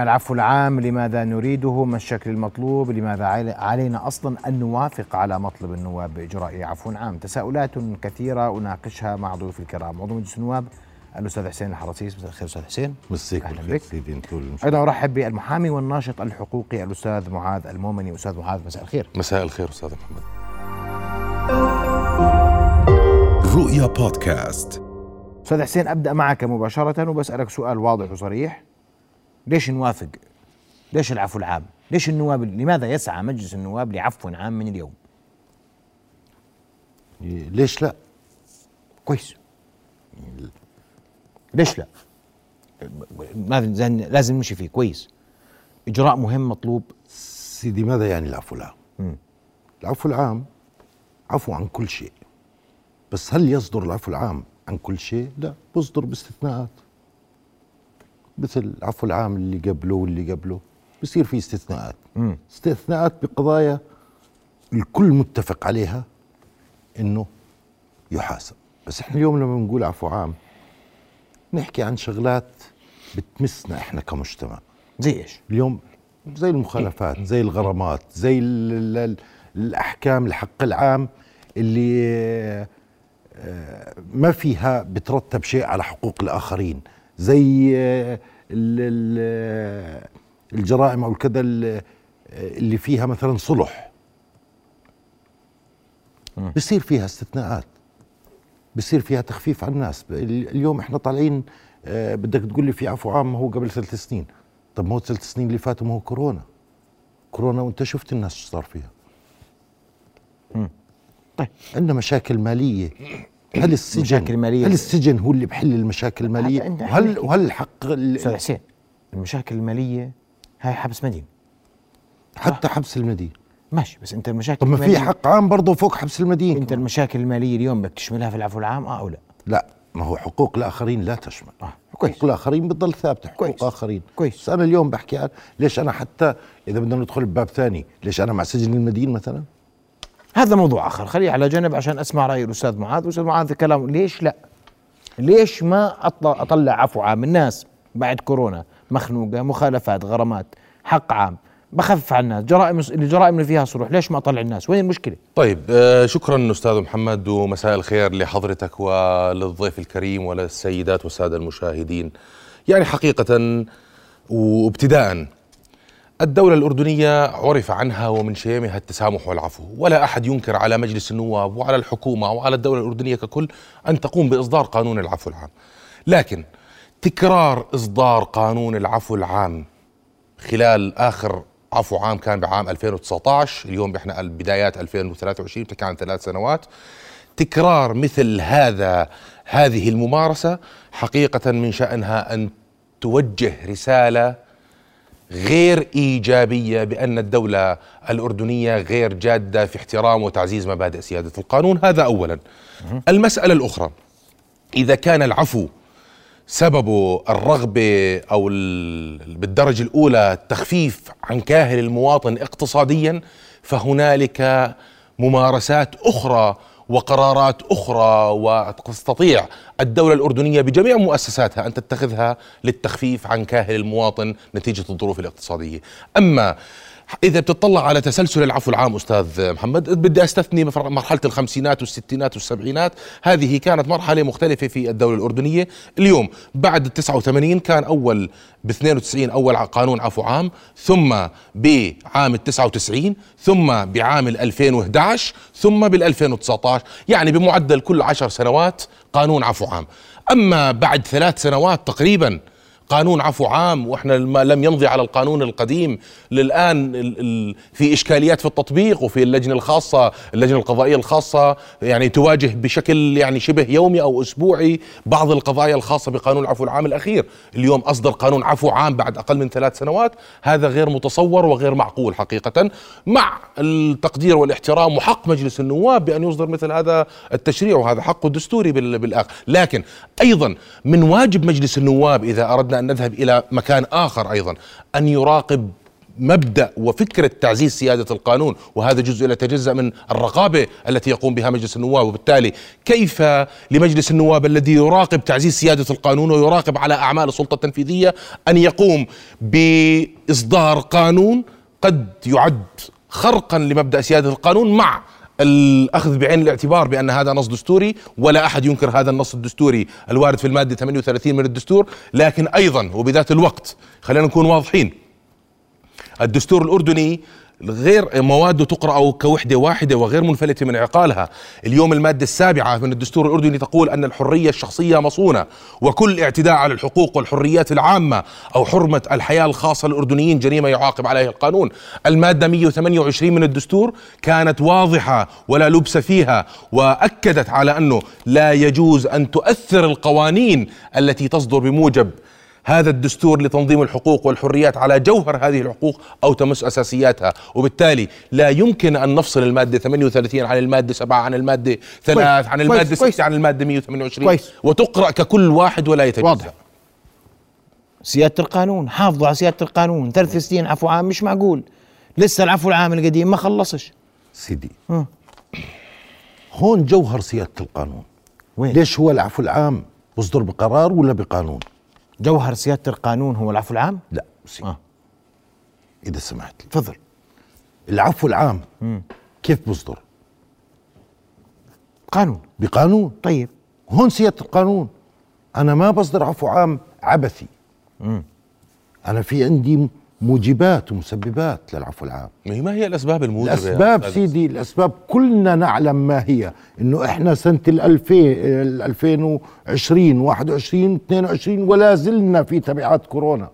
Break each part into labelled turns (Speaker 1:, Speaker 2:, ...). Speaker 1: العفو العام لماذا نريده ما الشكل المطلوب لماذا عل- علينا أصلا أن نوافق على مطلب النواب بإجراء عفو عام تساؤلات كثيرة أناقشها مع ضيوف الكرام عضو مجلس النواب الأستاذ حسين الحرسيس مساء الخير أستاذ حسين
Speaker 2: مسيك
Speaker 1: أهلاً
Speaker 2: بالخير
Speaker 1: بك.
Speaker 2: سيدي نطول المشوار.
Speaker 1: أيضا أرحب بالمحامي والناشط الحقوقي الأستاذ معاذ المومني أستاذ معاذ مساء الخير
Speaker 3: مساء الخير استاذ محمد
Speaker 4: رؤيا بودكاست
Speaker 1: أستاذ حسين أبدأ معك مباشرة وبسألك سؤال واضح وصريح ليش نوافق ليش العفو العام ليش النواب لماذا يسعى مجلس النواب لعفو عام من اليوم
Speaker 2: ليش لا؟
Speaker 1: كويس ليش لا؟ ما في- زين- لازم نمشي فيه كويس اجراء مهم مطلوب
Speaker 2: سيدي ماذا يعني العفو العام؟ العفو العام عفو عن كل شيء بس هل يصدر العفو العام عن كل شيء؟ لا بيصدر باستثناءات مثل العفو العام اللي قبله واللي قبله بصير في استثناءات استثناءات بقضايا الكل متفق عليها انه يحاسب بس احنا اليوم لما بنقول عفو عام نحكي عن شغلات بتمسنا احنا كمجتمع
Speaker 1: زي ايش؟
Speaker 2: اليوم زي المخالفات زي الغرامات زي ال ال الاحكام الحق العام اللي آه، ما فيها بترتب شيء على حقوق الاخرين زي آه، ال- ال- الجرائم او الكذا ال- آه، اللي فيها مثلا صلح بصير فيها استثناءات بصير فيها تخفيف على الناس ال- اليوم احنا طالعين آه، بدك تقول لي في عفو عام ما هو قبل ثلاث سنين طب ما هو الثلاث سنين اللي فاتوا ما هو كورونا كورونا وانت شفت الناس شو صار فيها
Speaker 1: طيب.
Speaker 2: عندنا مشاكل ماليه هل السجن
Speaker 1: مشاكل مالية.
Speaker 2: هل السجن هو اللي بحل المشاكل
Speaker 1: هذا
Speaker 2: الماليه
Speaker 1: أنت
Speaker 2: وهل
Speaker 1: حكي.
Speaker 2: وهل حق ال-
Speaker 1: استاذ حسين المشاكل الماليه هاي حبس مدين
Speaker 2: حتى حبس المدينه
Speaker 1: ماشي بس انت المشاكل
Speaker 2: طب ما في
Speaker 1: المالية-
Speaker 2: حق عام برضه فوق حبس المدينه
Speaker 1: انت المشاكل الماليه اليوم بدك تشملها في العفو العام اه او لا؟
Speaker 2: لا ما هو حقوق الاخرين لا تشمل
Speaker 1: آه، كويس.
Speaker 2: حقوق الاخرين بتضل ثابته حقوق
Speaker 1: كويس.
Speaker 2: اخرين
Speaker 1: كويس.
Speaker 2: بس انا اليوم بحكي عن ليش انا حتى اذا بدنا ندخل بباب ثاني ليش انا مع سجن المدينه مثلا
Speaker 1: هذا موضوع اخر خليه على جنب عشان اسمع راي الاستاذ معاذ الاستاذ معاذ كلامه ليش لا ليش ما اطلع, أطلع عفو عام الناس بعد كورونا مخنوقه مخالفات غرامات حق عام بخفف عن الناس جرائم الجرائم اللي فيها صروح ليش ما اطلع الناس وين المشكله
Speaker 3: طيب آه، شكرا استاذ محمد ومساء الخير لحضرتك وللضيف الكريم وللسيدات والساده المشاهدين يعني حقيقه وابتداء الدولة الأردنية عرف عنها ومن شيمها التسامح والعفو، ولا أحد ينكر على مجلس النواب وعلى الحكومة وعلى الدولة الأردنية ككل أن تقوم بإصدار قانون العفو العام. لكن تكرار إصدار قانون العفو العام خلال آخر عفو عام كان بعام 2019، اليوم احنا بدايات 2023 بتحكي عن ثلاث سنوات. تكرار مثل هذا هذه الممارسة حقيقة من شأنها أن توجه رسالة غير ايجابيه بان الدوله الاردنيه غير جاده في احترام وتعزيز مبادئ سياده القانون هذا اولا المساله الاخرى اذا كان العفو سببه الرغبه او ال- بالدرجه الاولى التخفيف عن كاهل المواطن اقتصاديا فهنالك ممارسات اخرى وقرارات اخرى وتستطيع الدوله الاردنيه بجميع مؤسساتها ان تتخذها للتخفيف عن كاهل المواطن نتيجه الظروف الاقتصاديه اما اذا بتطلع على تسلسل العفو العام استاذ محمد بدي استثني مفر- مرحله الخمسينات والستينات والسبعينات هذه كانت مرحله مختلفه في الدوله الاردنيه اليوم بعد ال 89 كان اول ب 92 اول ع- قانون عفو عام ثم بعام ال 99 ثم بعام ال 2011 ثم بال 2019 يعني بمعدل كل 10 سنوات قانون عفو عام اما بعد ثلاث سنوات تقريبا قانون عفو عام واحنا ما لم يمضي على القانون القديم للان ال- ال- في اشكاليات في التطبيق وفي اللجنه الخاصه اللجنه القضائيه الخاصه يعني تواجه بشكل يعني شبه يومي او اسبوعي بعض القضايا الخاصه بقانون العفو العام الاخير اليوم اصدر قانون عفو عام بعد اقل من ثلاث سنوات هذا غير متصور وغير معقول حقيقه مع التقدير والاحترام وحق مجلس النواب بان يصدر مثل هذا التشريع وهذا حقه الدستوري بال- بالاخ لكن ايضا من واجب مجلس النواب اذا اردنا ان نذهب الى مكان اخر ايضا ان يراقب مبدا وفكره تعزيز سياده القانون وهذا جزء لا يتجزا من الرقابه التي يقوم بها مجلس النواب وبالتالي كيف لمجلس النواب الذي يراقب تعزيز سياده القانون ويراقب على اعمال السلطه التنفيذيه ان يقوم باصدار قانون قد يعد خرقا لمبدا سياده القانون مع الاخذ بعين الاعتبار بان هذا نص دستوري ولا احد ينكر هذا النص الدستوري الوارد في الماده 38 من الدستور لكن ايضا وبذات الوقت خلينا نكون واضحين الدستور الاردني غير مواده تقرا كوحده واحده وغير منفلته من عقالها، اليوم الماده السابعه من الدستور الاردني تقول ان الحريه الشخصيه مصونه، وكل اعتداء على الحقوق والحريات العامه او حرمه الحياه الخاصه للاردنيين جريمه يعاقب عليها القانون، الماده 128 من الدستور كانت واضحه ولا لبس فيها واكدت على انه لا يجوز ان تؤثر القوانين التي تصدر بموجب هذا الدستور لتنظيم الحقوق والحريات على جوهر هذه الحقوق او تمس اساسياتها، وبالتالي لا يمكن ان نفصل الماده 38 عن الماده 7 عن الماده 3 عن
Speaker 1: كويس،
Speaker 3: الماده
Speaker 1: كويس.
Speaker 3: 6 عن الماده 128
Speaker 1: كويس.
Speaker 3: وتقرا ككل واحد ولا يتجزا
Speaker 1: واضح. سياده القانون حافظوا على سياده القانون ثلاث سنين عفو عام مش معقول لسه العفو العام القديم ما خلصش
Speaker 2: سيدي
Speaker 1: آه.
Speaker 2: هون جوهر سياده القانون
Speaker 1: وين
Speaker 2: ليش هو العفو العام بصدر بقرار ولا بقانون
Speaker 1: جوهر سياده القانون هو العفو العام
Speaker 2: لا سيدي
Speaker 1: آه.
Speaker 2: اذا سمحت لي
Speaker 1: تفضل
Speaker 2: العفو العام كيف بصدر
Speaker 1: قانون
Speaker 2: بقانون
Speaker 1: طيب
Speaker 2: هون سياده القانون انا ما بصدر عفو عام عبثي انا في عندي موجبات ومسببات للعفو العام
Speaker 3: ما هي- ما هي الاسباب الموجبه يا
Speaker 2: الاسباب
Speaker 3: أستاذ؟
Speaker 2: سيدي الاسباب كلنا نعلم ما هي انه احنا سنه ال 2000 ال 2020 21 22 ولا زلنا في تبعات كورونا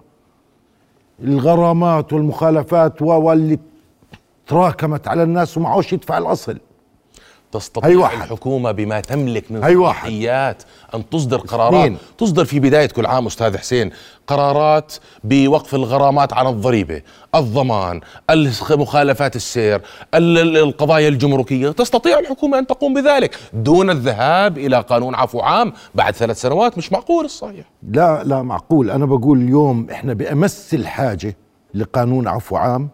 Speaker 2: الغرامات والمخالفات و- واللي تراكمت على الناس وما عادش يدفع الاصل
Speaker 3: تستطيع
Speaker 2: هي واحد.
Speaker 3: الحكومه بما تملك من
Speaker 2: هي واحد.
Speaker 3: صلاحيات ان تصدر قرارات
Speaker 2: اثنين.
Speaker 3: تصدر في بدايه كل عام استاذ حسين قرارات بوقف الغرامات عن الضريبه، الضمان، الخ- مخالفات السير، ال- ال- القضايا الجمركيه، تستطيع الحكومه ان تقوم بذلك دون الذهاب الى قانون عفو عام بعد ثلاث سنوات مش معقول الصحيح.
Speaker 2: لا لا معقول انا بقول اليوم احنا بامس الحاجه لقانون عفو عام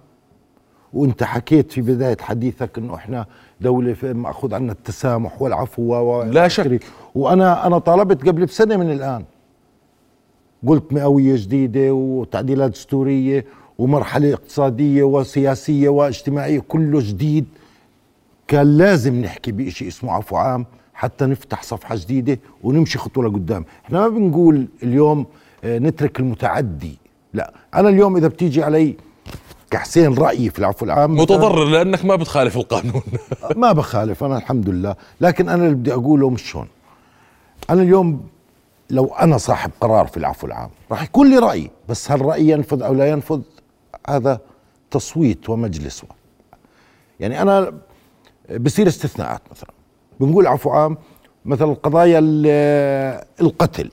Speaker 2: وانت حكيت في بدايه حديثك انه احنا دوله في- ماخوذ عنا التسامح والعفو و و-
Speaker 3: لا شك.
Speaker 2: آخره. وانا انا طالبت قبل بسنه من الان قلت مئويه جديده وتعديلات دستوريه ومرحله اقتصاديه وسياسيه واجتماعيه كله جديد كان لازم نحكي بشيء اسمه عفو عام حتى نفتح صفحة جديدة ونمشي خطوة لقدام احنا ما بنقول اليوم آه، نترك المتعدي لا أنا اليوم إذا بتيجي علي كحسين رأيي في العفو العام
Speaker 3: متضرر لانك ما بتخالف القانون.
Speaker 2: ما بخالف أنا الحمد لله لكن أنا اللي بدي أقوله مش هون أنا اليوم لو أنا صاحب قرار في العفو العام راح يكون لي رأي بس هل رأيي ينفذ أو لا ينفذ هذا تصويت ومجلس يعني أنا بصير استثناءات مثلا بنقول عفو عام مثلا قضايا ال- القتل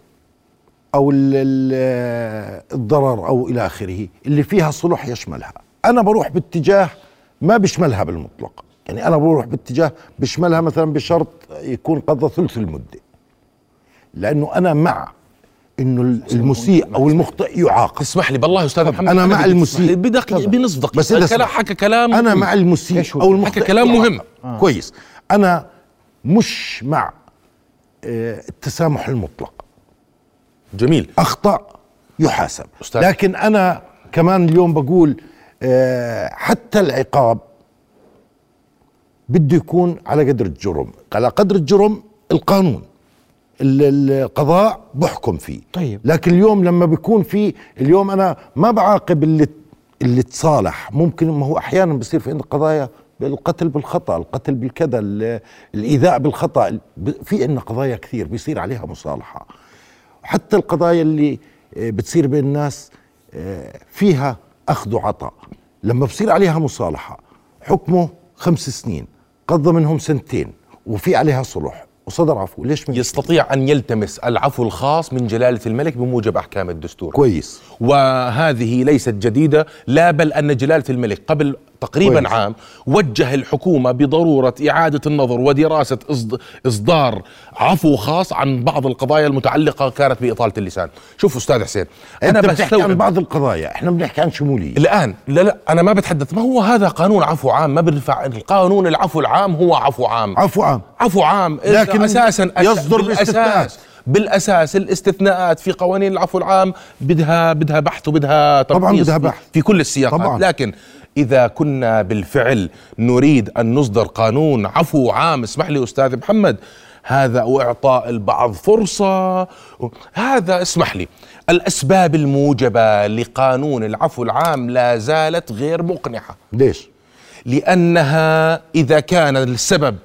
Speaker 2: او ال- ال- الضرر او الى اخره اللي فيها صلح يشملها انا بروح باتجاه ما بيشملها بالمطلق يعني انا بروح باتجاه بيشملها مثلا بشرط يكون قضى ثلث المده لانه انا مع انه ال- المسيء او المخطئ يعاقب
Speaker 3: اسمح لي بالله يا استاذ محمد
Speaker 2: أنا مع
Speaker 3: بدي تسمح
Speaker 2: المسيء.
Speaker 3: لي بدقيقة-
Speaker 2: تفضل.
Speaker 3: بنص دقيقه
Speaker 2: بس إذا
Speaker 3: الكلام-
Speaker 2: سمحت.
Speaker 3: حكى كلام
Speaker 2: انا مع المسيء
Speaker 1: إيش هو؟
Speaker 2: او المخطئ
Speaker 3: حكى كلام
Speaker 2: يعاقب.
Speaker 3: مهم.
Speaker 2: كويس انا مش مع آه، التسامح المطلق
Speaker 3: جميل
Speaker 2: اخطا يحاسب
Speaker 3: أستاذ.
Speaker 2: لكن انا كمان اليوم بقول آه، حتى العقاب بده يكون على قدر الجرم على قدر الجرم القانون ال- القضاء بحكم فيه
Speaker 1: طيب.
Speaker 2: لكن اليوم لما بيكون في اليوم انا ما بعاقب اللي اللي تصالح ممكن ما هو احيانا بصير في عندك قضايا القتل بالخطا القتل بالكذا ال- الايذاء بالخطا ال- ب- في عندنا قضايا كثير بيصير عليها مصالحه حتى القضايا اللي آه، بتصير بين الناس آه، فيها اخذ وعطاء لما بصير عليها مصالحه حكمه خمس سنين قضى منهم سنتين وفي عليها صلح وصدر عفو ليش ما
Speaker 3: يستطيع أن يلتمس العفو الخاص من جلالة الملك بموجب أحكام الدستور
Speaker 2: كويس
Speaker 3: وهذه ليست جديدة لا بل أن جلالة الملك قبل تقريبا
Speaker 2: كويس.
Speaker 3: عام وجه الحكومة بضرورة إعادة النظر ودراسة إصد- إصدار عفو خاص عن بعض القضايا المتعلقة كانت بإطالة اللسان شوف أستاذ حسين
Speaker 2: أنا أنت بتحكي عن
Speaker 3: بستوعب-
Speaker 2: بعض القضايا إحنا بنحكي عن شمولية
Speaker 3: الان لا لا انا ما بتحدث ما هو هذا قانون عفو عام ما بينفع القانون العفو العام هو عفو عام
Speaker 2: عفو عام
Speaker 3: عفو عام
Speaker 2: لكن
Speaker 3: لكن اساسا أس-
Speaker 2: يصدر باستثناءات.
Speaker 3: بالاساس بالاساس الاستثناءات في قوانين العفو العام بدها بدها بحث وبدها
Speaker 2: طبعاً
Speaker 3: تنقيص
Speaker 2: بدها بحث.
Speaker 3: في كل السياقات
Speaker 2: طبعاً.
Speaker 3: لكن اذا كنا بالفعل نريد ان نصدر قانون عفو عام اسمح لي استاذ محمد هذا واعطاء البعض فرصه هذا اسمح لي الاسباب الموجبه لقانون العفو العام لا زالت غير مقنعه
Speaker 2: ليش؟
Speaker 3: لأنها إذا كان السبب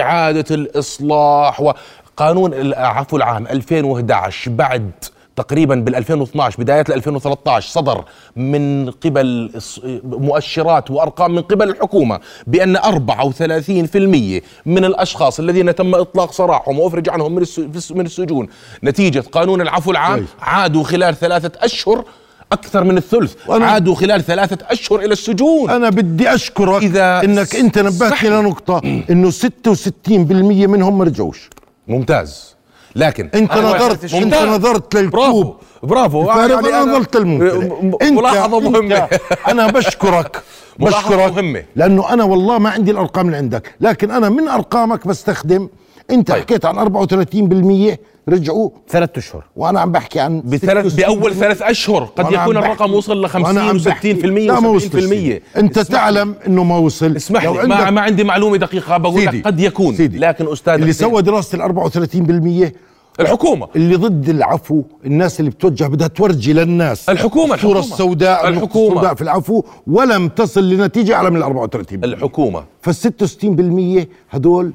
Speaker 3: إعادة الإصلاح وقانون العفو العام 2011 بعد تقريبا بال 2012 بداية ال 2013 صدر من قبل الص- مؤشرات وأرقام من قبل الحكومة بأن 34% من الأشخاص الذين تم إطلاق سراحهم وأفرج عنهم من الس- في الس- من السجون نتيجة قانون العفو العام
Speaker 2: كويس.
Speaker 3: عادوا خلال ثلاثة أشهر أكثر من الثلث
Speaker 2: وأنا-
Speaker 3: عادوا خلال ثلاثة أشهر إلى السجون
Speaker 2: انا بدي اشكرك
Speaker 3: إذا
Speaker 2: انك انت
Speaker 3: صح.
Speaker 2: نبهتني لنقطه انه 66% منهم ما رجعوش
Speaker 3: ممتاز لكن
Speaker 2: انت
Speaker 3: أنا
Speaker 2: نظرت- انت
Speaker 3: واحد- ممتاز.
Speaker 2: نظرت
Speaker 3: برافو
Speaker 2: للكوب.
Speaker 3: برافو
Speaker 2: فانا انا نظرت
Speaker 3: م-
Speaker 2: للممثل
Speaker 3: م- ملاحظه مهمه
Speaker 2: انا بشكرك
Speaker 3: ملاحظة
Speaker 2: بشكرك
Speaker 3: مهمة.
Speaker 2: لانه انا والله ما عندي الارقام اللي عندك لكن انا من ارقامك بستخدم انت
Speaker 3: طيب.
Speaker 2: حكيت عن 34% رجعوا
Speaker 1: ثلاث اشهر
Speaker 2: وانا عم بحكي عن
Speaker 3: بثلاث
Speaker 2: 66
Speaker 3: باول ثلاث اشهر قد
Speaker 2: وأنا
Speaker 3: يكون
Speaker 2: عم
Speaker 3: الرقم
Speaker 2: بحكي-
Speaker 3: وصل ل 50
Speaker 2: وأنا عم
Speaker 3: و 60%
Speaker 2: بحكي. لا ما وصلش.
Speaker 3: و70%
Speaker 2: انت تعلم انه ما وصل
Speaker 3: اسمح
Speaker 2: لو
Speaker 3: لي ما,
Speaker 2: عندك
Speaker 3: ما عندي معلومه دقيقه بقول
Speaker 2: سيدي،
Speaker 3: لك قد يكون
Speaker 2: سيدي.
Speaker 3: لكن استاذ
Speaker 2: اللي
Speaker 3: حسين،
Speaker 2: سوى دراسه ال 34%
Speaker 3: الحكومه
Speaker 2: اللي ضد العفو الناس اللي بتوجه بدها تورجي للناس
Speaker 3: الحكومة،
Speaker 2: الصورة
Speaker 3: الحكومة.
Speaker 2: السوداء النقطة
Speaker 3: الحكومة.
Speaker 2: السوداء في العفو ولم تصل لنتيجة أعلى من 34
Speaker 3: الحكومه
Speaker 2: فال 66% هدول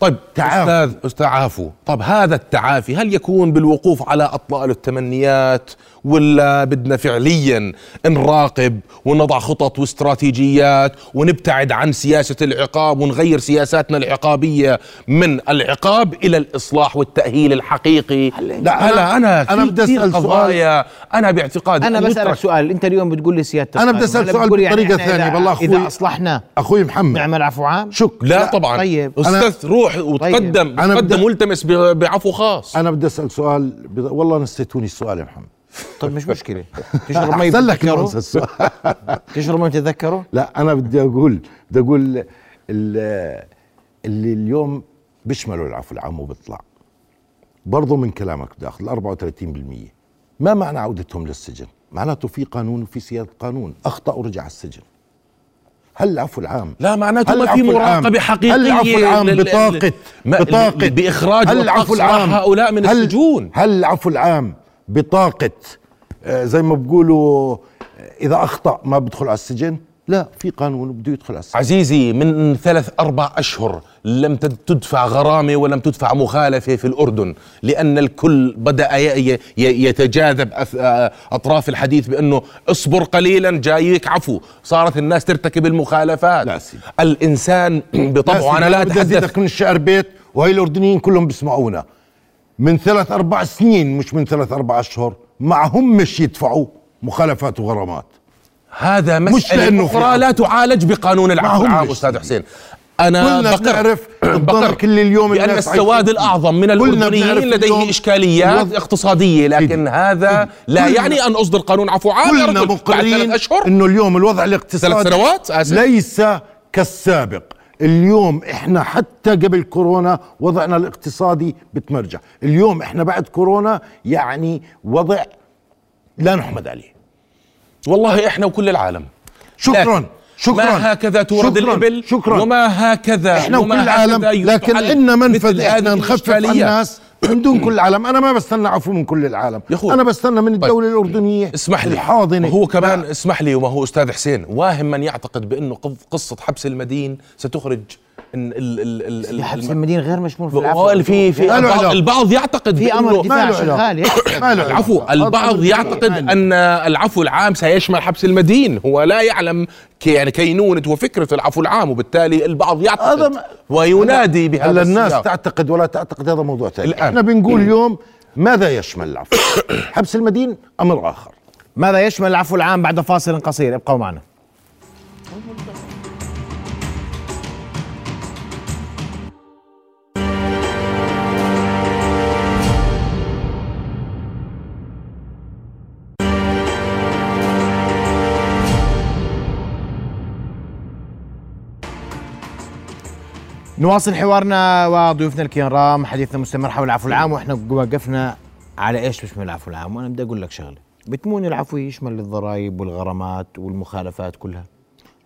Speaker 3: طيب
Speaker 2: تعافوا.
Speaker 3: استاذ استاذ عافو طب هذا التعافي هل يكون بالوقوف على اطلال التمنيات ولا بدنا فعليا نراقب ونضع خطط واستراتيجيات ونبتعد عن سياسه العقاب ونغير سياساتنا العقابيه من العقاب الى الاصلاح والتاهيل الحقيقي
Speaker 2: لا، أنا-
Speaker 3: انا
Speaker 2: أنا
Speaker 3: في
Speaker 2: بدي
Speaker 3: كثير
Speaker 2: أسأل سؤال.
Speaker 3: قضايا انا باعتقادي
Speaker 1: انا
Speaker 3: أن
Speaker 1: بسالك
Speaker 3: يترك-
Speaker 1: سؤال انت اليوم بتقول لي سيادتك طيب،
Speaker 2: أنا بدي أسأل سؤال
Speaker 1: يعني
Speaker 2: بطريقة ثانية، والله أخوي-
Speaker 1: اذا اصلحنا
Speaker 2: أخوي محمد
Speaker 1: نعمل عفو عام
Speaker 2: شك
Speaker 3: نعم. لا, طبعا
Speaker 1: طيب.
Speaker 3: استاذ روح وتقدم
Speaker 2: أنا بدي-
Speaker 3: تقدم والتمس ب- بعفو خاص
Speaker 2: أنا بدي أسأل سؤال بض- والله نسيتوني السؤال يا محمد
Speaker 1: طيب مش مشكله تشرب مي
Speaker 2: أحسن لك
Speaker 1: بتتذكره؟
Speaker 2: إنه أنسى السؤال
Speaker 1: تشرب مي تتذكره
Speaker 2: لا أنا بدي أقول بدي أقول ال- اللي اليوم بيشملوا العفو العام وبيطلع برضه من كلامك بدي أخذ ال 34% ما معنى عودتهم للسجن؟ معناته في قانون وفي سيادة قانون أخطأ ورجع على السجن هل العفو العام
Speaker 3: لا معناته
Speaker 2: هل
Speaker 3: ما في
Speaker 2: العفو العام؟
Speaker 3: مراقبة حقيقية
Speaker 2: هل العفو العام
Speaker 3: لل-
Speaker 2: بطاقة
Speaker 3: ما-
Speaker 2: بطاقة
Speaker 3: بإخراج
Speaker 2: هل
Speaker 3: وإطلاق
Speaker 2: العفو
Speaker 3: سراح
Speaker 2: العام
Speaker 3: هؤلاء من
Speaker 2: هل
Speaker 3: السجون
Speaker 2: هل العفو العام بطاقة آه، زي ما بقولوا آه، إذا أخطأ ما بدخل على السجن؟ لا في قانون بده يدخل على السجن
Speaker 3: عزيزي من ثلاث أربع أشهر لم تد- تدفع غرامة ولم تدفع مخالفة في الأردن لأن الكل بدأ ي- ي- ي- يتجاذب أث- آه، أطراف الحديث بأنه اصبر قليلا جايك عفو صارت الناس ترتكب المخالفات
Speaker 2: لا سيدي.
Speaker 3: الإنسان بطبعه أنا لا
Speaker 2: بدي
Speaker 3: أتحدث
Speaker 2: أزيدك من الشعر بيت وهي الأردنيين كلهم بيسمعونا من ثلاث أربع سنين مش من ثلاث أربع أشهر معهم مش يدفعوا مخالفات وغرامات
Speaker 3: هذا
Speaker 2: لأنه في
Speaker 3: مسألة أخرى
Speaker 2: عفو.
Speaker 3: لا تعالج بقانون العفو
Speaker 2: معهم
Speaker 3: العام
Speaker 2: مش
Speaker 3: أستاذ حسين أنا
Speaker 2: كلنا
Speaker 3: بقر
Speaker 2: بنعرف الضرر كل اليوم
Speaker 3: بأن
Speaker 2: الناس
Speaker 3: السواد
Speaker 2: عايشين
Speaker 3: الأعظم من
Speaker 2: كلنا
Speaker 3: الأردنيين
Speaker 2: بنعرف اليوم
Speaker 3: لديه إشكاليات
Speaker 2: الوضع-
Speaker 3: اقتصادية لكن
Speaker 2: سيدي.
Speaker 3: هذا لا
Speaker 2: كلنا-
Speaker 3: يعني أن أصدر قانون عفو عام يا
Speaker 2: كلنا
Speaker 3: رجل بعد ثلاث
Speaker 2: مقرين
Speaker 3: أشهر
Speaker 2: انه اليوم الوضع الاقتصادي
Speaker 3: ثلاث سنوات آه، آسف
Speaker 2: ليس كالسابق اليوم احنا حتى قبل كورونا وضعنا الاقتصادي بتمرجع اليوم احنا بعد كورونا يعني وضع لا نحمد عليه
Speaker 3: والله إحنا وكل العالم
Speaker 2: شكرا
Speaker 3: لكن
Speaker 2: شكرا
Speaker 3: ما هكذا تورد
Speaker 2: شكراً،
Speaker 3: الإبل
Speaker 2: شكرا
Speaker 3: وما هكذا
Speaker 2: احنا
Speaker 3: وما
Speaker 2: وكل العالم
Speaker 3: هكذا
Speaker 2: لكن
Speaker 3: يحل
Speaker 2: عندنا منفذ
Speaker 3: مثل
Speaker 2: احنا
Speaker 3: هذه
Speaker 2: نخفف عن
Speaker 3: الإشكاليات.
Speaker 2: الناس من دون كل العالم انا ما بستنى عفو من كل العالم
Speaker 3: يا أخوي. طيب.
Speaker 2: انا بستنى من الدوله الاردنيه
Speaker 3: اسمح لي
Speaker 2: الحاضنه
Speaker 3: هو كمان اسمح لي وما هو استاذ حسين واهم من يعتقد بانه قض- قصه حبس المدين ستخرج إن ال ال ال ال
Speaker 1: حبس
Speaker 3: الم-
Speaker 1: المدينه غير مشمول في العفو
Speaker 3: وال- في في
Speaker 2: ما له
Speaker 3: البعض,
Speaker 2: علاقة.
Speaker 3: البعض يعتقد
Speaker 1: في امر
Speaker 2: ما
Speaker 3: بانه
Speaker 1: دفاع
Speaker 2: له
Speaker 1: شغال
Speaker 2: علاقة.
Speaker 1: يحصل.
Speaker 2: ما له علاقة.
Speaker 3: العفو البعض يعتقد ان العفو العام سيشمل حبس المدين هو لا يعلم كي يعني كينونه وفكره العفو العام وبالتالي البعض
Speaker 2: هذا
Speaker 3: يعتقد
Speaker 2: ما-
Speaker 3: وينادي بهذا
Speaker 2: هلا الناس
Speaker 3: السياق.
Speaker 2: تعتقد ولا تعتقد هذا موضوع ثاني
Speaker 3: الآن.
Speaker 2: احنا بنقول اليوم ماذا يشمل العفو حبس المدين امر اخر
Speaker 1: ماذا يشمل العفو العام بعد فاصل قصير ابقوا معنا نواصل حوارنا وضيوفنا الكرام حديثنا مستمر حول العفو العام واحنا وقفنا على ايش بيشمل العفو العام وانا بدي اقول لك شغله بتمون العفو يشمل الضرائب والغرامات والمخالفات كلها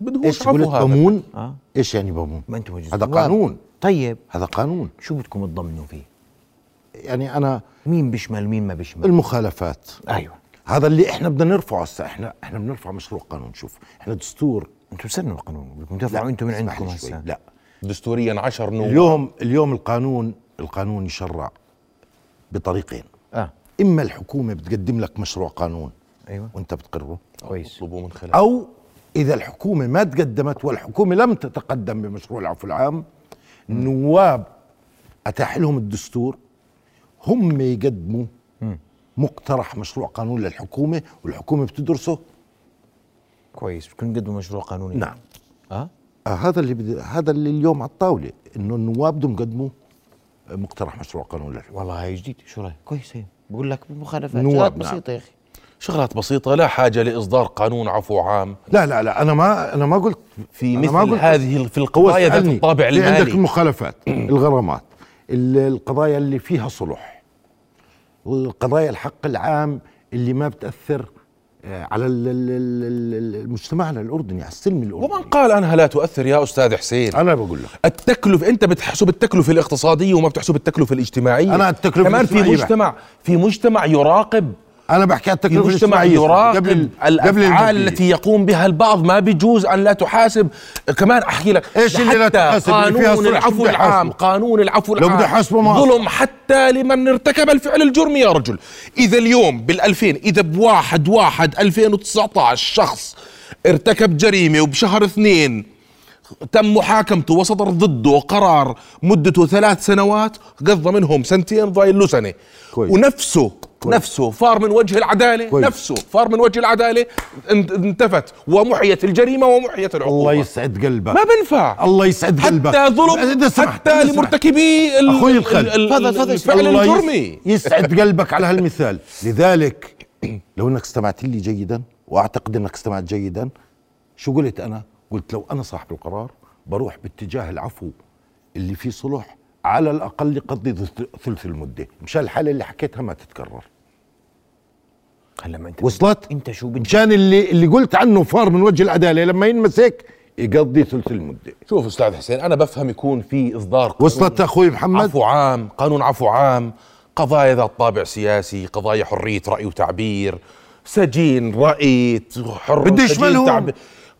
Speaker 3: بدهوش
Speaker 2: ايش
Speaker 3: عفو
Speaker 2: قلت
Speaker 3: هذا
Speaker 2: بمون؟
Speaker 1: آه.
Speaker 2: ايش يعني بمون؟
Speaker 1: ما انتم وجزتوا.
Speaker 2: هذا قانون
Speaker 1: طيب
Speaker 2: هذا قانون
Speaker 1: شو بدكم تضمنوا فيه
Speaker 2: يعني انا
Speaker 1: مين بيشمل مين ما بيشمل
Speaker 2: المخالفات
Speaker 1: ايوه
Speaker 2: هذا اللي احنا بدنا نرفعه هسه احنا احنا بنرفع مشروع قانون شوف احنا دستور
Speaker 1: انتم سنوا القانون بدكم
Speaker 2: لا،
Speaker 1: تدفعوا انتم من
Speaker 2: اسمح لي
Speaker 1: عندكم
Speaker 2: شوي.
Speaker 1: هسه
Speaker 2: لا
Speaker 3: دستوريا 10 نوع
Speaker 2: اليوم اليوم القانون القانون يشرع بطريقين
Speaker 1: اه
Speaker 2: اما الحكومه بتقدم لك مشروع قانون
Speaker 3: أيوة.
Speaker 1: ايوه
Speaker 2: وانت بتقره
Speaker 1: كويس
Speaker 3: اطلبوا من خلال
Speaker 2: او اذا الحكومه ما تقدمت والحكومه لم تتقدم بمشروع العفو العام النواب اتاح لهم الدستور هم يقدموا مقترح مشروع قانون للحكومه والحكومه بتدرسه
Speaker 1: آه، كويس بدكم تقدموا مشروع قانوني
Speaker 2: نعم
Speaker 1: اه
Speaker 2: آه، هذا اللي بدي هذا اللي اليوم على الطاوله انه النواب بدهم يقدموا مقترح مشروع قانون للحكومه
Speaker 1: والله هاي جديد شو رايك كويس هي بقول لك مخالفات
Speaker 2: نواب،
Speaker 1: شغلات
Speaker 2: نعم.
Speaker 1: بسيطه يا اخي
Speaker 3: شغلات بسيطة لا حاجة لإصدار قانون عفو عام
Speaker 2: لا لا لا انا ما انا ما قلت
Speaker 3: في
Speaker 2: أنا ما
Speaker 3: مثل
Speaker 2: قلت-
Speaker 3: هذه في
Speaker 2: هو
Speaker 3: القضايا ذات
Speaker 2: اسألني.
Speaker 3: الطابع
Speaker 2: في عندك
Speaker 3: المالي
Speaker 2: المخالفات الغرامات ال- القضايا اللي فيها صلح القضايا الحق العام اللي ما بتاثر آه، على ال- ال- ال- ال- المجتمع الاردني على السلم
Speaker 3: ومن
Speaker 2: الاردني
Speaker 3: قال أنها لا تؤثر يا أستاذ حسين
Speaker 2: انا بقول لك
Speaker 3: التكلفة أنت بتحسب التكلفة الاقتصادية وما بتحسب التكلفة الاجتماعية
Speaker 2: أنا التكلفة
Speaker 3: كمان في
Speaker 2: الاجتماعية
Speaker 3: مجتمع في مجتمع يراقب
Speaker 2: انا بحكي على
Speaker 3: في
Speaker 2: التكلفه
Speaker 3: مجتمع
Speaker 2: الاجتماعية
Speaker 3: يراقب
Speaker 2: قبل ال- قبل
Speaker 3: الأفعال
Speaker 2: المادية.
Speaker 3: التي يقوم بها البعض ما بيجوز أن لا تحاسب كمان أحكي لك
Speaker 2: إيش
Speaker 3: ده
Speaker 2: اللي لا
Speaker 3: حتى
Speaker 2: تحاسب؟ اللي فيها
Speaker 3: قانون
Speaker 2: صلح، شو
Speaker 3: العفو
Speaker 2: بده يحاسبه؟
Speaker 3: العام قانون العفو
Speaker 2: لو
Speaker 3: العام
Speaker 2: بده يحاسبه ما
Speaker 3: ظلم حتى لمن ارتكب الفعل الجرمي يا رجل إذا اليوم بالألفين إذا بواحد واحد 2019 شخص ارتكب جريمة وبشهر اثنين تم محاكمته وصدر ضده قرار مدته ثلاث سنوات قضى منهم سنتين ضايل له سنه
Speaker 2: كويس.
Speaker 3: ونفسه كويس. نفسه فار من وجه العداله كويس.
Speaker 2: كويس.
Speaker 3: نفسه فار من وجه العداله انت- انتفت ومحيت الجريمه ومحيت
Speaker 2: الله
Speaker 3: العقوبه
Speaker 2: يسعد قلبك
Speaker 3: ما بنفع
Speaker 2: الله يسعد قلبك
Speaker 3: حتى ظلم
Speaker 2: إذا سمحت،
Speaker 3: حتى
Speaker 2: إذا سمحت.
Speaker 3: لمرتكبي ال-
Speaker 2: أخوي
Speaker 3: ال-
Speaker 2: الخالد.
Speaker 3: ال-
Speaker 1: تفضل،
Speaker 3: ال-
Speaker 1: تفضل.
Speaker 3: الفعل
Speaker 2: الله يس-
Speaker 3: الجرمي
Speaker 2: يسعد قلبك على هالمثال لذلك لو انك استمعت لي جيدا واعتقد انك استمعت جيدا شو قلت انا قلت لو انا صاحب القرار بروح باتجاه العفو اللي فيه صلح على الاقل يقضي ثلث- ثلث المده مشان الحاله اللي حكيتها ما تتكرر
Speaker 1: هلا ما انت
Speaker 2: وصلت
Speaker 1: انت شو بدك
Speaker 2: مشان اللي اللي قلت عنه فار من وجه العداله لما ينمسك يقضي ثلث المده
Speaker 3: شوف استاذ حسين انا بفهم يكون في اصدار
Speaker 2: وصلت اخوي محمد
Speaker 3: عفو عام قانون عفو عام قضايا ذات طابع سياسي قضايا حرية رأي وتعبير سجين رأي حر
Speaker 2: بده
Speaker 3: سجين
Speaker 2: يشملهم.
Speaker 3: تعبير،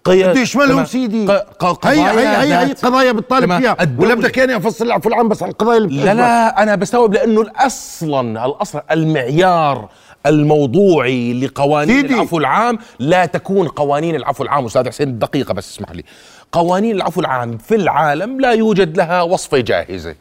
Speaker 3: قيا-
Speaker 2: بده يشملهم
Speaker 3: تمام.
Speaker 2: سيدي
Speaker 3: ق- ق-
Speaker 2: هي
Speaker 3: قضايا
Speaker 2: هي هي هي
Speaker 3: ذات-
Speaker 2: قضايا بتطالب
Speaker 3: تمام.
Speaker 2: فيها
Speaker 3: الدولة.
Speaker 2: ولا بدك يعني افصل العفو العام بس على القضايا اللي
Speaker 3: لا لا انا بستوعب لانه اصلا الاصل المعيار الموضوعي لقوانين
Speaker 2: سيدي.
Speaker 3: العفو العام لا تكون قوانين العفو العام استاذ حسين دقيقه بس اسمح لي قوانين العفو العام في العالم لا يوجد لها وصفه جاهزه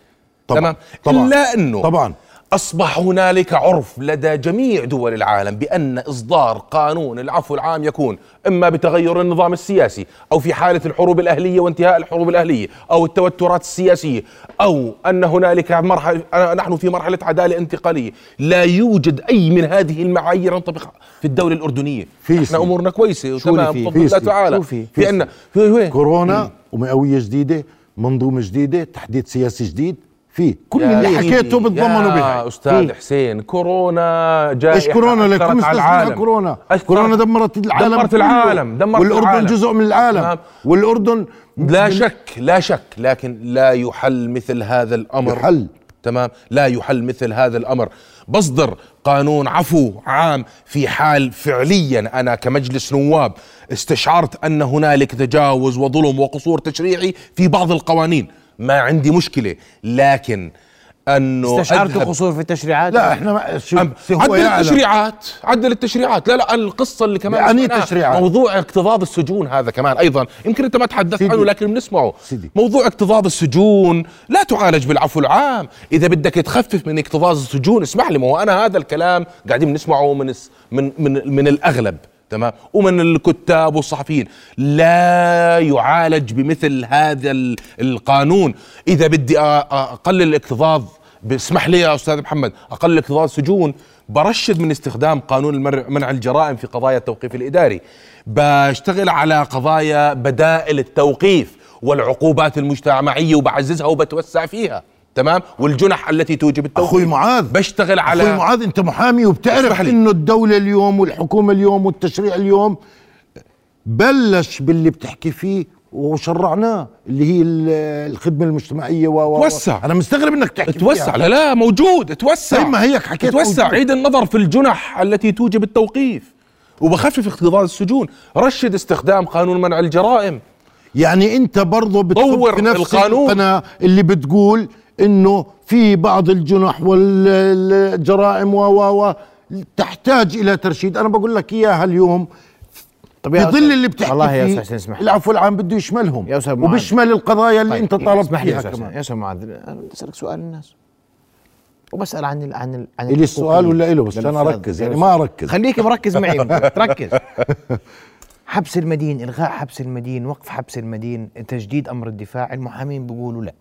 Speaker 2: طبعاً.
Speaker 3: تمام
Speaker 2: طبعاً.
Speaker 3: الا انه
Speaker 2: طبعاً.
Speaker 3: اصبح هنالك عرف لدى جميع دول العالم بان اصدار قانون العفو العام يكون اما بتغير النظام السياسي او في حاله الحروب الاهليه وانتهاء الحروب الاهليه او التوترات السياسيه او ان هنالك مرحله أنا- نحن في مرحله عداله انتقاليه لا يوجد اي من هذه المعايير ينطبق في الدوله الاردنيه
Speaker 2: في
Speaker 3: احنا
Speaker 2: سي.
Speaker 3: امورنا كويسه
Speaker 2: شو اللي
Speaker 3: وتمام
Speaker 2: في؟
Speaker 3: بفضل
Speaker 2: في
Speaker 3: الله
Speaker 2: سي.
Speaker 3: تعالى
Speaker 2: شو في؟
Speaker 3: في
Speaker 2: في
Speaker 3: عندنا في وين
Speaker 2: كورونا ومئويه جديده منظومه جديده تحديد سياسي جديد في كل
Speaker 3: يا
Speaker 2: اللي
Speaker 3: سيدي،
Speaker 2: حكيته بتضمنوا
Speaker 3: يا
Speaker 2: بها
Speaker 3: استاذ
Speaker 2: في.
Speaker 3: حسين كورونا جائحه
Speaker 2: ايش كورونا
Speaker 3: أثرت
Speaker 2: لكم
Speaker 3: على
Speaker 2: استثناء
Speaker 3: العالم.
Speaker 2: كورونا
Speaker 3: أثرت-
Speaker 2: كورونا دمرت العالم
Speaker 3: دمرت
Speaker 2: كله.
Speaker 3: العالم، دمرت
Speaker 2: والاردن
Speaker 3: العالم.
Speaker 2: جزء من
Speaker 3: تمام.
Speaker 2: العالم والاردن
Speaker 3: لا
Speaker 2: من-
Speaker 3: شك لا شك لكن لا يحل مثل هذا الامر
Speaker 2: يحل.
Speaker 3: تمام لا يحل مثل هذا الامر بصدر قانون عفو عام في حال فعليا انا كمجلس نواب استشعرت ان هنالك تجاوز وظلم وقصور تشريعي في بعض القوانين ما عندي مشكله لكن انه
Speaker 1: استشعرتوا
Speaker 3: أذهب-
Speaker 1: قصور في التشريعات
Speaker 2: لا احنا ما شو
Speaker 3: أم-
Speaker 2: سي هو
Speaker 3: عدل
Speaker 2: يعلم.
Speaker 3: التشريعات عدل التشريعات لا لا القصه اللي كمان
Speaker 2: يعني
Speaker 3: سمعناها،
Speaker 2: التشريعات؟
Speaker 3: موضوع اكتظاظ السجون هذا كمان ايضا يمكن انت ما تحدثت
Speaker 2: سيدي.
Speaker 3: عنه لكن بنسمعه
Speaker 2: سيدي.
Speaker 3: موضوع اكتظاظ السجون لا تعالج بالعفو العام اذا بدك تخفف من اكتظاظ السجون اسمح لي ما هو انا هذا الكلام قاعدين بنسمعه من الس- من من, من الاغلب تمام ومن الكتاب والصحفيين لا يعالج بمثل هذا ال- القانون اذا بدي أ- أ- اقلل الاكتظاظ اسمح لي يا استاذ محمد اقلل اكتظاظ سجون برشد من استخدام قانون المر- منع الجرائم في قضايا التوقيف الاداري بشتغل على قضايا بدائل التوقيف والعقوبات المجتمعيه وبعززها وبتوسع فيها تمام والجنح التي توجب التوقيف
Speaker 2: اخوي معاذ
Speaker 3: بشتغل على
Speaker 2: اخوي معاذ انت محامي وبتعرف
Speaker 3: اسمح لي.
Speaker 2: انه الدوله اليوم والحكومه اليوم والتشريع اليوم بلش باللي بتحكي فيه وشرعناه اللي هي ال- الخدمه المجتمعيه و و- و
Speaker 3: توسع.
Speaker 2: انا مستغرب انك تحكي
Speaker 3: توسع لا لا موجود توسع
Speaker 2: زي إيه، ما هيك حكيت
Speaker 3: توسع
Speaker 2: موجود.
Speaker 3: عيد النظر في الجنح التي توجب التوقيف وبخفف اكتظاظ السجون رشد استخدام قانون منع الجرائم
Speaker 2: يعني انت برضه بتدور
Speaker 3: طور
Speaker 2: في نفس
Speaker 3: القانون.
Speaker 2: القناه اللي بتقول انه في بعض الجنح والجرائم و و و تحتاج الى ترشيد انا بقول لك اياها اليوم
Speaker 1: طب يا
Speaker 2: بظل
Speaker 1: أستاذ-
Speaker 2: اللي بتحكي
Speaker 1: والله يا
Speaker 2: فيه
Speaker 1: أستاذ حسين اسمح لي.
Speaker 2: العفو العام بده يشملهم
Speaker 1: يا أستاذ معاذ. طيب،
Speaker 2: وبيشمل القضايا اللي انت طالبت
Speaker 1: اسمح لي يا
Speaker 2: فيها
Speaker 1: أستاذ حسين.
Speaker 2: كمان
Speaker 1: يا استاذ معاذ انا بدي اسالك سؤال الناس وبسال عن ال عن ال عن
Speaker 2: إلي السؤال
Speaker 1: الحقوقيين.
Speaker 2: ولا إله؟ بس أنا
Speaker 1: للأستاذ.
Speaker 2: أركز، يعني ما أركز.
Speaker 1: خليك مركز معي يمكن. تركز حبس المدين الغاء حبس المدين وقف حبس المدين تجديد امر الدفاع المحامين بيقولوا لا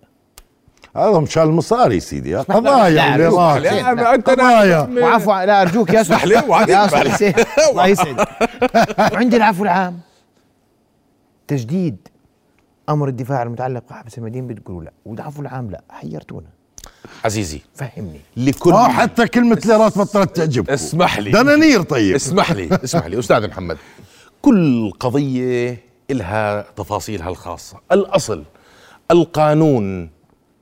Speaker 2: هذا مشان المصاري سيدي
Speaker 1: لا،
Speaker 2: قضايا
Speaker 1: لا،
Speaker 2: اللي
Speaker 1: اسمح
Speaker 2: راحت.
Speaker 1: لي.
Speaker 3: لا، ما أنت
Speaker 2: قضايا
Speaker 3: ناقص.
Speaker 1: وعفو عن- لا ارجوك يا
Speaker 3: اسمح لي، وعاد
Speaker 1: يا استاذ
Speaker 3: يقبل.
Speaker 1: حسين الله يسعدك وعندي العفو العام تجديد امر الدفاع المتعلق بحبس المدين بتقولوا لا والعفو العام لا حيرتونا
Speaker 3: عزيزي
Speaker 1: فهمني
Speaker 3: لكل
Speaker 2: اه حتى كلمة ليرات بطلت تعجبكم
Speaker 3: اسمح لي
Speaker 2: دنانير طيب
Speaker 3: اسمح لي اسمح لي استاذ محمد كل قضيه لها تفاصيلها الخاصه الاصل القانون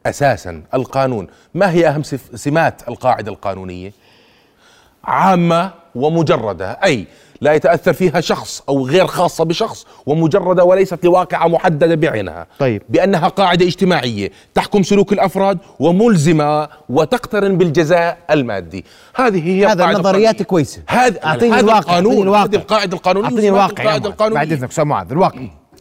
Speaker 3: اساسا القانون ما هي اهم سف- سمات القاعده القانونيه عامه ومجرده اي لا يتاثر فيها شخص او غير خاصه بشخص ومجرده وليست لواقعه محدده بعينها
Speaker 1: طيب.
Speaker 3: بانها قاعده اجتماعيه تحكم سلوك الافراد وملزمه وتقترن بالجزاء المادي هذه هي
Speaker 1: هذا
Speaker 3: القاعدة
Speaker 1: نظريات
Speaker 3: القانونية.
Speaker 1: كويسة.
Speaker 3: هذا
Speaker 1: أعطيني
Speaker 3: هذا
Speaker 1: الواقع،
Speaker 3: القانون
Speaker 1: أعطيني الواقع.
Speaker 3: هذه القاعده القانونيه
Speaker 1: اعطيني
Speaker 3: واسمها
Speaker 1: الواقع يا
Speaker 3: القاعده
Speaker 1: معاذ. بعد
Speaker 3: القانونيه
Speaker 1: اذنك استاذ معاذ الواقع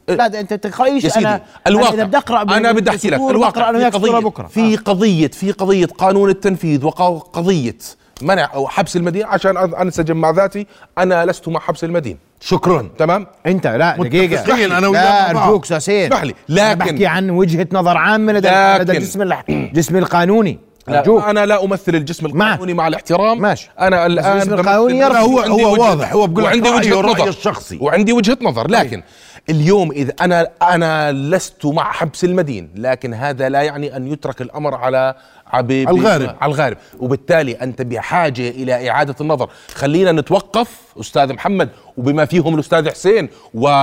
Speaker 1: لا ده انت تقرأيش
Speaker 3: يا سيدي
Speaker 1: انا
Speaker 3: الواقع
Speaker 1: انا بدي اقرا
Speaker 3: انا بدي احكي لك الواقع
Speaker 1: انا وياك
Speaker 3: في قضيه
Speaker 1: سطور آه. بكره
Speaker 3: في قضيه في قضيه قانون التنفيذ وقضيه منع او حبس المدين عشان أن- انسجم مع ذاتي انا لست مع حبس المدين
Speaker 2: شكرا
Speaker 3: تمام
Speaker 1: انت لا دقيقه
Speaker 2: متفقين
Speaker 1: اسمح لي.
Speaker 2: أنا وياك
Speaker 1: لا
Speaker 2: مع بعض.
Speaker 1: ارجوك أستاذ حسين
Speaker 3: اسمح لي،
Speaker 1: أنا
Speaker 3: لكن-
Speaker 1: بحكي عن وجهه نظر عامه لدى لدى
Speaker 3: لكن-
Speaker 1: الجسم الح- الجسم القانوني ارجوك
Speaker 3: لا انا لا امثل الجسم
Speaker 1: معك.
Speaker 3: القانوني مع الاحترام
Speaker 1: ماشي.
Speaker 3: انا الان
Speaker 1: الجسم
Speaker 3: بمثل-
Speaker 1: القانوني يرفض.
Speaker 3: لا، هو
Speaker 2: عندي
Speaker 3: هو
Speaker 2: وجهة-
Speaker 3: واضح هو بقول
Speaker 2: وعندي
Speaker 3: عندي وجهه
Speaker 2: وجهة
Speaker 3: نظر
Speaker 2: أيوة، رأي الشخصي.
Speaker 3: وعندي وجهه نظر لكن اليوم اذا انا انا لست مع حبس المدين لكن هذا لا يعني ان يترك الامر على عبيب
Speaker 2: الغارب.
Speaker 3: على الغارب وبالتالي انت بحاجه الى اعاده النظر خلينا نتوقف استاذ محمد وبما فيهم الاستاذ حسين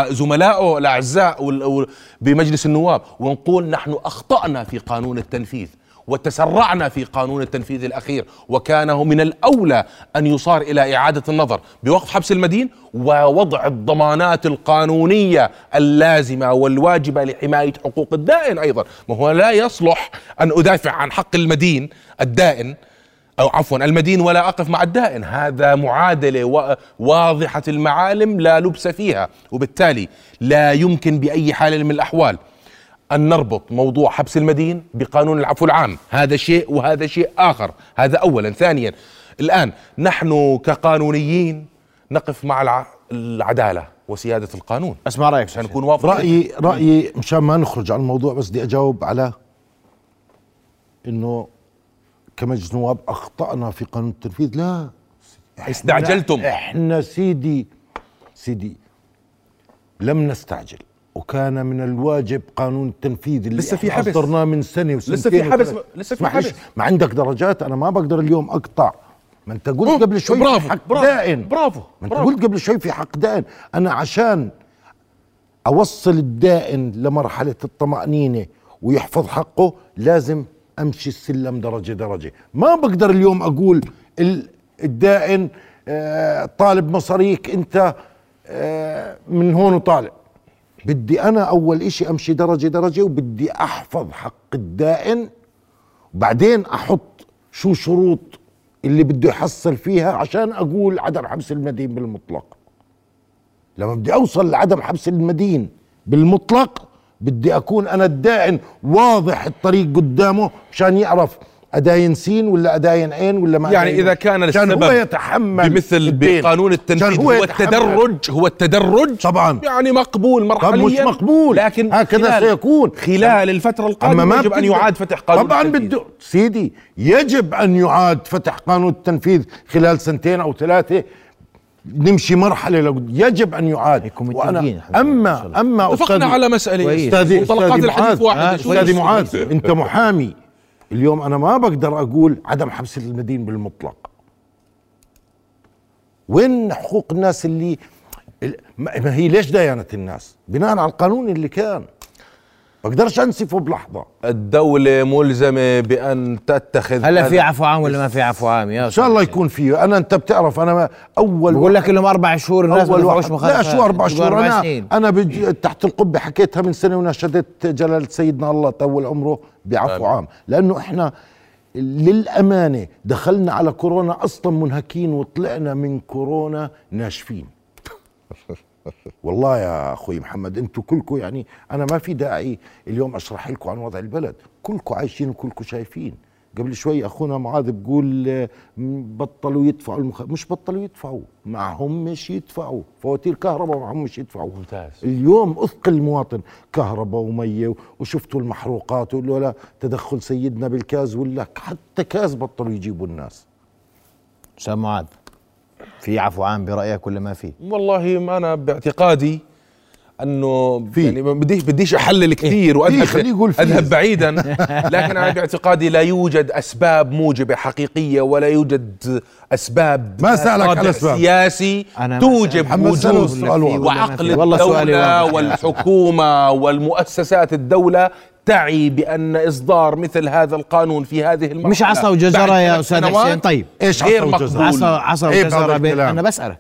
Speaker 3: وزملائه الاعزاء وال- وال- بمجلس النواب ونقول نحن اخطانا في قانون التنفيذ وتسرعنا في قانون التنفيذ الاخير وكان من الاولى ان يصار الى اعاده النظر بوقف حبس المدين ووضع الضمانات القانونيه اللازمه والواجبه لحمايه حقوق الدائن ايضا ما هو لا يصلح ان ادافع عن حق المدين الدائن أو عفوا المدين ولا أقف مع الدائن هذا معادلة وا- واضحة المعالم لا لبس فيها وبالتالي لا يمكن بأي حال من الأحوال أن نربط موضوع حبس المدين بقانون العفو العام هذا شيء وهذا شيء آخر هذا أولا ثانيا الآن نحن كقانونيين نقف مع الع- العدالة وسيادة القانون
Speaker 1: اسمع رايك أستاذ
Speaker 3: عشان
Speaker 1: حسين.
Speaker 3: نكون واضحين
Speaker 2: رأيي رأيي مشان ما نخرج عن الموضوع بس بدي أجاوب على إنه كمجلس نواب أخطأنا في قانون التنفيذ لا
Speaker 3: استعجلتم
Speaker 2: احنا سيدي سيدي لم نستعجل وكان من الواجب قانون التنفيذ اللي
Speaker 3: لسه في
Speaker 2: إحنا
Speaker 3: حبس.
Speaker 2: أصدرناه من سنه وسنتين
Speaker 3: لسه في حبس،
Speaker 2: وثلاث.
Speaker 3: لسه في
Speaker 2: اسمح ليش،
Speaker 3: حبس.
Speaker 2: ما عندك درجات انا ما بقدر اليوم اقطع ما انت
Speaker 3: أوه،
Speaker 2: قلت قبل شوي في
Speaker 3: برافو،
Speaker 2: حق
Speaker 3: برافو،
Speaker 2: دائن
Speaker 3: برافو،
Speaker 2: ما انت
Speaker 3: برافو.
Speaker 2: قلت قبل شوي في حق دائن انا عشان اوصل الدائن لمرحله الطمانينه ويحفظ حقه لازم امشي السلم درجه درجه ما بقدر اليوم اقول ال- الدائن آه، طالب مصاريك انت آه، من هون وطالع بدي انا اول اشي امشي درجه درجه وبدي احفظ حق الدائن بعدين احط شو شروط اللي بده يحصل فيها عشان اقول عدم حبس المدين بالمطلق لما بدي اوصل لعدم حبس المدين بالمطلق بدي اكون انا الدائن واضح الطريق قدامه عشان يعرف اداين سين ولا اداين عين ولا ما
Speaker 3: يعني
Speaker 2: أداين
Speaker 3: اذا كان
Speaker 2: كان
Speaker 3: السبب
Speaker 2: هو يتحمل
Speaker 3: بمثل
Speaker 2: الدين.
Speaker 3: بقانون التنفيذ
Speaker 2: كان
Speaker 3: هو,
Speaker 2: يتحمل.
Speaker 3: التدرج هو التدرج
Speaker 2: طبعا
Speaker 3: يعني مقبول
Speaker 2: طب
Speaker 3: مرحليا
Speaker 2: مش مقبول
Speaker 3: لكن
Speaker 2: هكذا
Speaker 3: خلال-
Speaker 2: سيكون
Speaker 3: خلال الفترة
Speaker 2: أما
Speaker 3: القادمة يجب أن
Speaker 2: بده-
Speaker 3: يعاد فتح قانون
Speaker 2: طبعا
Speaker 3: التنفيذ.
Speaker 2: بده سيدي يجب أن يعاد فتح قانون التنفيذ خلال سنتين أو ثلاثة نمشي مرحلة لو يجب أن يعاد
Speaker 1: هيكون
Speaker 2: وأنا
Speaker 1: متفقين الحمد لله، ما شاء
Speaker 2: أما
Speaker 1: الله.
Speaker 2: أما
Speaker 3: اتفقنا
Speaker 2: أستاذي-
Speaker 3: على مسألة
Speaker 1: كويس.
Speaker 2: أستاذي
Speaker 3: مطلقات
Speaker 2: أستاذي
Speaker 3: الحديث
Speaker 2: معاذ
Speaker 3: واحدة
Speaker 1: آه،
Speaker 3: شو
Speaker 2: أستاذي
Speaker 3: بس-
Speaker 2: معاذ أنت محامي اليوم أنا ما بقدر أقول عدم حبس المدين بالمطلق وين حقوق الناس اللي ال- ما ما هي ليش داينت الناس بناء على القانون اللي كان بقدرش أنسفه بلحظة
Speaker 3: الدولة ملزمة بأن تتخذ
Speaker 1: هلا
Speaker 3: هذا-
Speaker 1: في عفو عام ولا ما في عفو عام يا
Speaker 2: ان شاء الله يكون فيه انا انت بتعرف انا ما- اول
Speaker 1: بقول لك لهم اربع شهور الناس ما
Speaker 2: اول
Speaker 1: دفعوش
Speaker 2: واحد لا
Speaker 1: مخالفات
Speaker 2: شو اربع
Speaker 1: بقوا
Speaker 2: شهور
Speaker 1: أربع
Speaker 2: انا
Speaker 1: سنين.
Speaker 2: انا بج... تحت القبه حكيتها من سنه وناشدت جلاله سيدنا الله طول عمره بعفو
Speaker 3: آمين.
Speaker 2: عام لانه احنا للامانه دخلنا على كورونا اصلا منهكين وطلعنا من كورونا ناشفين والله يا اخوي محمد انتوا كلكم يعني انا ما في داعي اليوم اشرح لكم عن وضع البلد كلكم عايشين وكلكم شايفين قبل شوي اخونا معاذ بيقول آه، م- بطلوا يدفعوا المخ... مش بطلوا يدفعوا معهم مش يدفعوا فواتير كهرباء معهم مش يدفعوا
Speaker 3: ممتاز.
Speaker 2: اليوم اثقل المواطن كهرباء وميه وشفتوا المحروقات ولا لا تدخل سيدنا بالكاز ولا حتى كاز بطلوا يجيبوا الناس
Speaker 1: استاذ معاذ في عفو عام برايك ولا ما في؟
Speaker 3: والله ما أنا باعتقادي انه
Speaker 2: في. إيه.
Speaker 3: يعني ما بديش بديش احلل كثير
Speaker 2: في، خليه يقول
Speaker 3: واذهب
Speaker 2: في.
Speaker 3: اذهب بعيدا لكن انا باعتقادي لا يوجد اسباب موجبه حقيقيه ولا يوجد اسباب
Speaker 2: ما سألك عن
Speaker 3: قاطع
Speaker 2: أسباب.
Speaker 3: سياسي
Speaker 1: أنا ما سألت.
Speaker 3: توجب
Speaker 2: محمد سأله
Speaker 3: وجود
Speaker 2: السؤال والله.
Speaker 3: وعقل
Speaker 1: والله سؤالي
Speaker 3: الدولة
Speaker 1: واضح.
Speaker 3: والحكومة والمؤسسات الدولة تعي بأن إصدار مثل هذا القانون في هذه المرحلة
Speaker 1: مش عصا وجزرة
Speaker 3: بعد
Speaker 1: يا
Speaker 3: ثلاث
Speaker 1: أستاذ
Speaker 3: سنوات
Speaker 1: حسين، طيب.
Speaker 2: إيش
Speaker 3: غير
Speaker 2: عصا وجزرة؟
Speaker 3: مقبول.
Speaker 1: عصا عصا
Speaker 2: إيه بهذا
Speaker 1: وجزرة بين-
Speaker 2: الكلام؟
Speaker 1: انا بسالك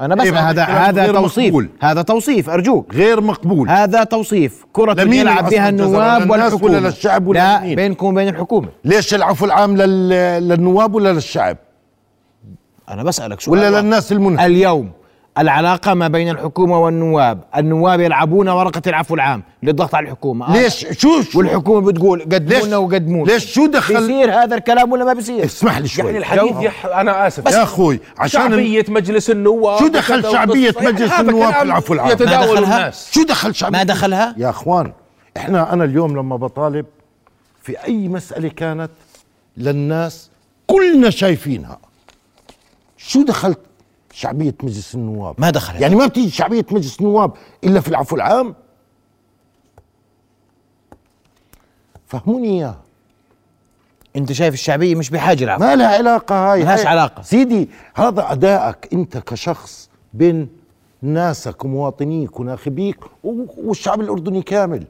Speaker 1: انا بسال هذا
Speaker 2: بهذا الكلام
Speaker 1: هذا
Speaker 2: غير
Speaker 1: توصيف
Speaker 2: مقبول.
Speaker 1: هذا توصيف ارجوك
Speaker 2: غير مقبول
Speaker 1: هذا توصيف كرة
Speaker 2: لمين
Speaker 1: يلعب
Speaker 2: العصا
Speaker 1: بها
Speaker 2: والجزرة؟
Speaker 1: النواب
Speaker 2: للناس ولا
Speaker 1: والحكومة
Speaker 2: للشعب ولا
Speaker 1: لا
Speaker 2: لمين؟
Speaker 1: بينكم وبين الحكومة
Speaker 2: ليش العفو العام لل... للنواب ولا للشعب
Speaker 1: أنا بسألك سؤال
Speaker 2: ولا
Speaker 1: واحد.
Speaker 2: للناس المنهكة
Speaker 1: اليوم العلاقة ما بين الحكومة والنواب النواب يلعبون ورقة العفو العام للضغط على الحكومة آه.
Speaker 2: ليش شو شو
Speaker 1: والحكومة بتقول
Speaker 2: ليش
Speaker 1: قدمونا وقدمونا
Speaker 2: ليش شو دخل
Speaker 1: بيصير هذا الكلام ولا ما بيصير
Speaker 2: اسمح لي شوي
Speaker 3: يعني الحديث يح... أنا آسف
Speaker 2: يا اخوي عشان ال-
Speaker 3: شعبية مجلس النواب
Speaker 2: شو دخل
Speaker 3: وكذا
Speaker 2: شعبية
Speaker 3: وقصة.
Speaker 2: مجلس
Speaker 3: هذا
Speaker 2: النواب
Speaker 3: كلام
Speaker 2: في العفو العام؟ ما
Speaker 3: يتداول
Speaker 1: دخلها؟
Speaker 3: الناس
Speaker 2: شو دخل شعبية
Speaker 1: ما دخلها؟
Speaker 2: يا اخوان احنا انا اليوم لما بطالب في اي مسألة كانت للناس كلنا شايفينها شو دخلت شعبية مجلس النواب
Speaker 1: ما دخلت.
Speaker 2: يعني ما بتيجي شعبية مجلس النواب الا في العفو العام فهموني اياها
Speaker 1: أنت شايف الشعبية مش بحاجة العفو
Speaker 2: ما لها علاقة هاي
Speaker 1: ما لهاش
Speaker 2: هاي-
Speaker 1: علاقة.
Speaker 2: سيدي هذا أدائك أنت كشخص بين ناسك ومواطنيك وناخبيك و- والشعب الأردني كامل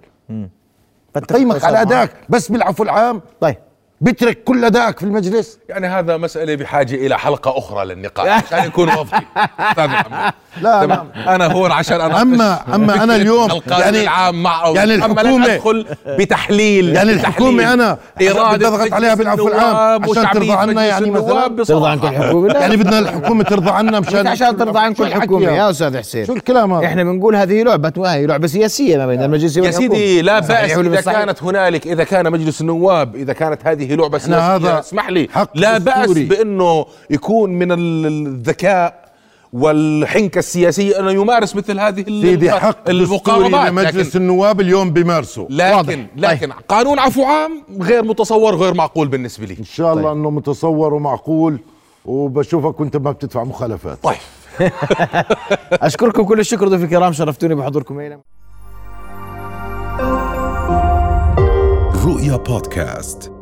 Speaker 2: قيمك على أدائك بس بالعفو العام
Speaker 1: طيب
Speaker 2: بترك كل أدائك في المجلس
Speaker 3: يعني هذا مسألة بحاجة إلى حلقة أخرى للنقاش عشان يكون واضحين أستاذ محمد
Speaker 2: لا،
Speaker 3: تمام. أنا هون عشان أنا
Speaker 2: أما- أما أنا اليوم
Speaker 3: يعني
Speaker 2: يعني-
Speaker 3: العام مع أو
Speaker 2: يعني
Speaker 3: أما لا
Speaker 2: الحكومة-
Speaker 3: أدخل بتحليل
Speaker 2: يعني
Speaker 3: بتحليل
Speaker 2: الحكومة أنا
Speaker 3: إرادة
Speaker 2: بضغط
Speaker 3: مجلس
Speaker 2: عليها بالعفو العام
Speaker 3: النواب
Speaker 2: عشان
Speaker 3: وشعبية
Speaker 2: ترضى عنا
Speaker 3: مجلس
Speaker 2: يعني مثلاً؟
Speaker 3: النواب
Speaker 1: ترضى عن كل
Speaker 3: بصراحة.
Speaker 1: حكومة لا
Speaker 2: يعني بدنا الحكومة ترضى عنا مشان
Speaker 1: عشان ترضى عن
Speaker 2: شو
Speaker 1: كل
Speaker 2: الحكي
Speaker 1: حكومة
Speaker 2: هذا؟
Speaker 1: يا أستاذ حسين
Speaker 2: شو الكلام هذا؟
Speaker 1: احنا بنقول هذه لعبة هي لعبة سياسية ما بين المجلس
Speaker 3: آه. يا
Speaker 1: والحكومة
Speaker 3: سيدي لا
Speaker 1: صحيح
Speaker 3: بأس
Speaker 1: ولا
Speaker 3: إذا
Speaker 1: مش صحيح؟
Speaker 3: كانت هنالك إذا كان مجلس النواب إذا كانت هذه لعبة سياسية
Speaker 2: هذا
Speaker 3: اسمح لي
Speaker 2: حق
Speaker 3: لا بأس
Speaker 2: أسطوري.
Speaker 3: بأنه يكون من ال- الذكاء والحنكة السياسية أنه يمارس مثل هذه ال-
Speaker 2: سيدي حق
Speaker 3: المقاربات
Speaker 2: المقاربات مجلس
Speaker 3: لكن
Speaker 2: النواب اليوم طيب. بيمارسه
Speaker 3: لكن, لكن قانون عفو عام غير متصور غير معقول بالنسبة لي
Speaker 2: ان شاء الله انه متصور ومعقول وبشوفك وانت ما بتدفع مخالفات
Speaker 3: طيب
Speaker 1: أشكركم كل الشكر ضيوف الكرام شرفتوني بحضوركم هنا
Speaker 4: رؤيا بودكاست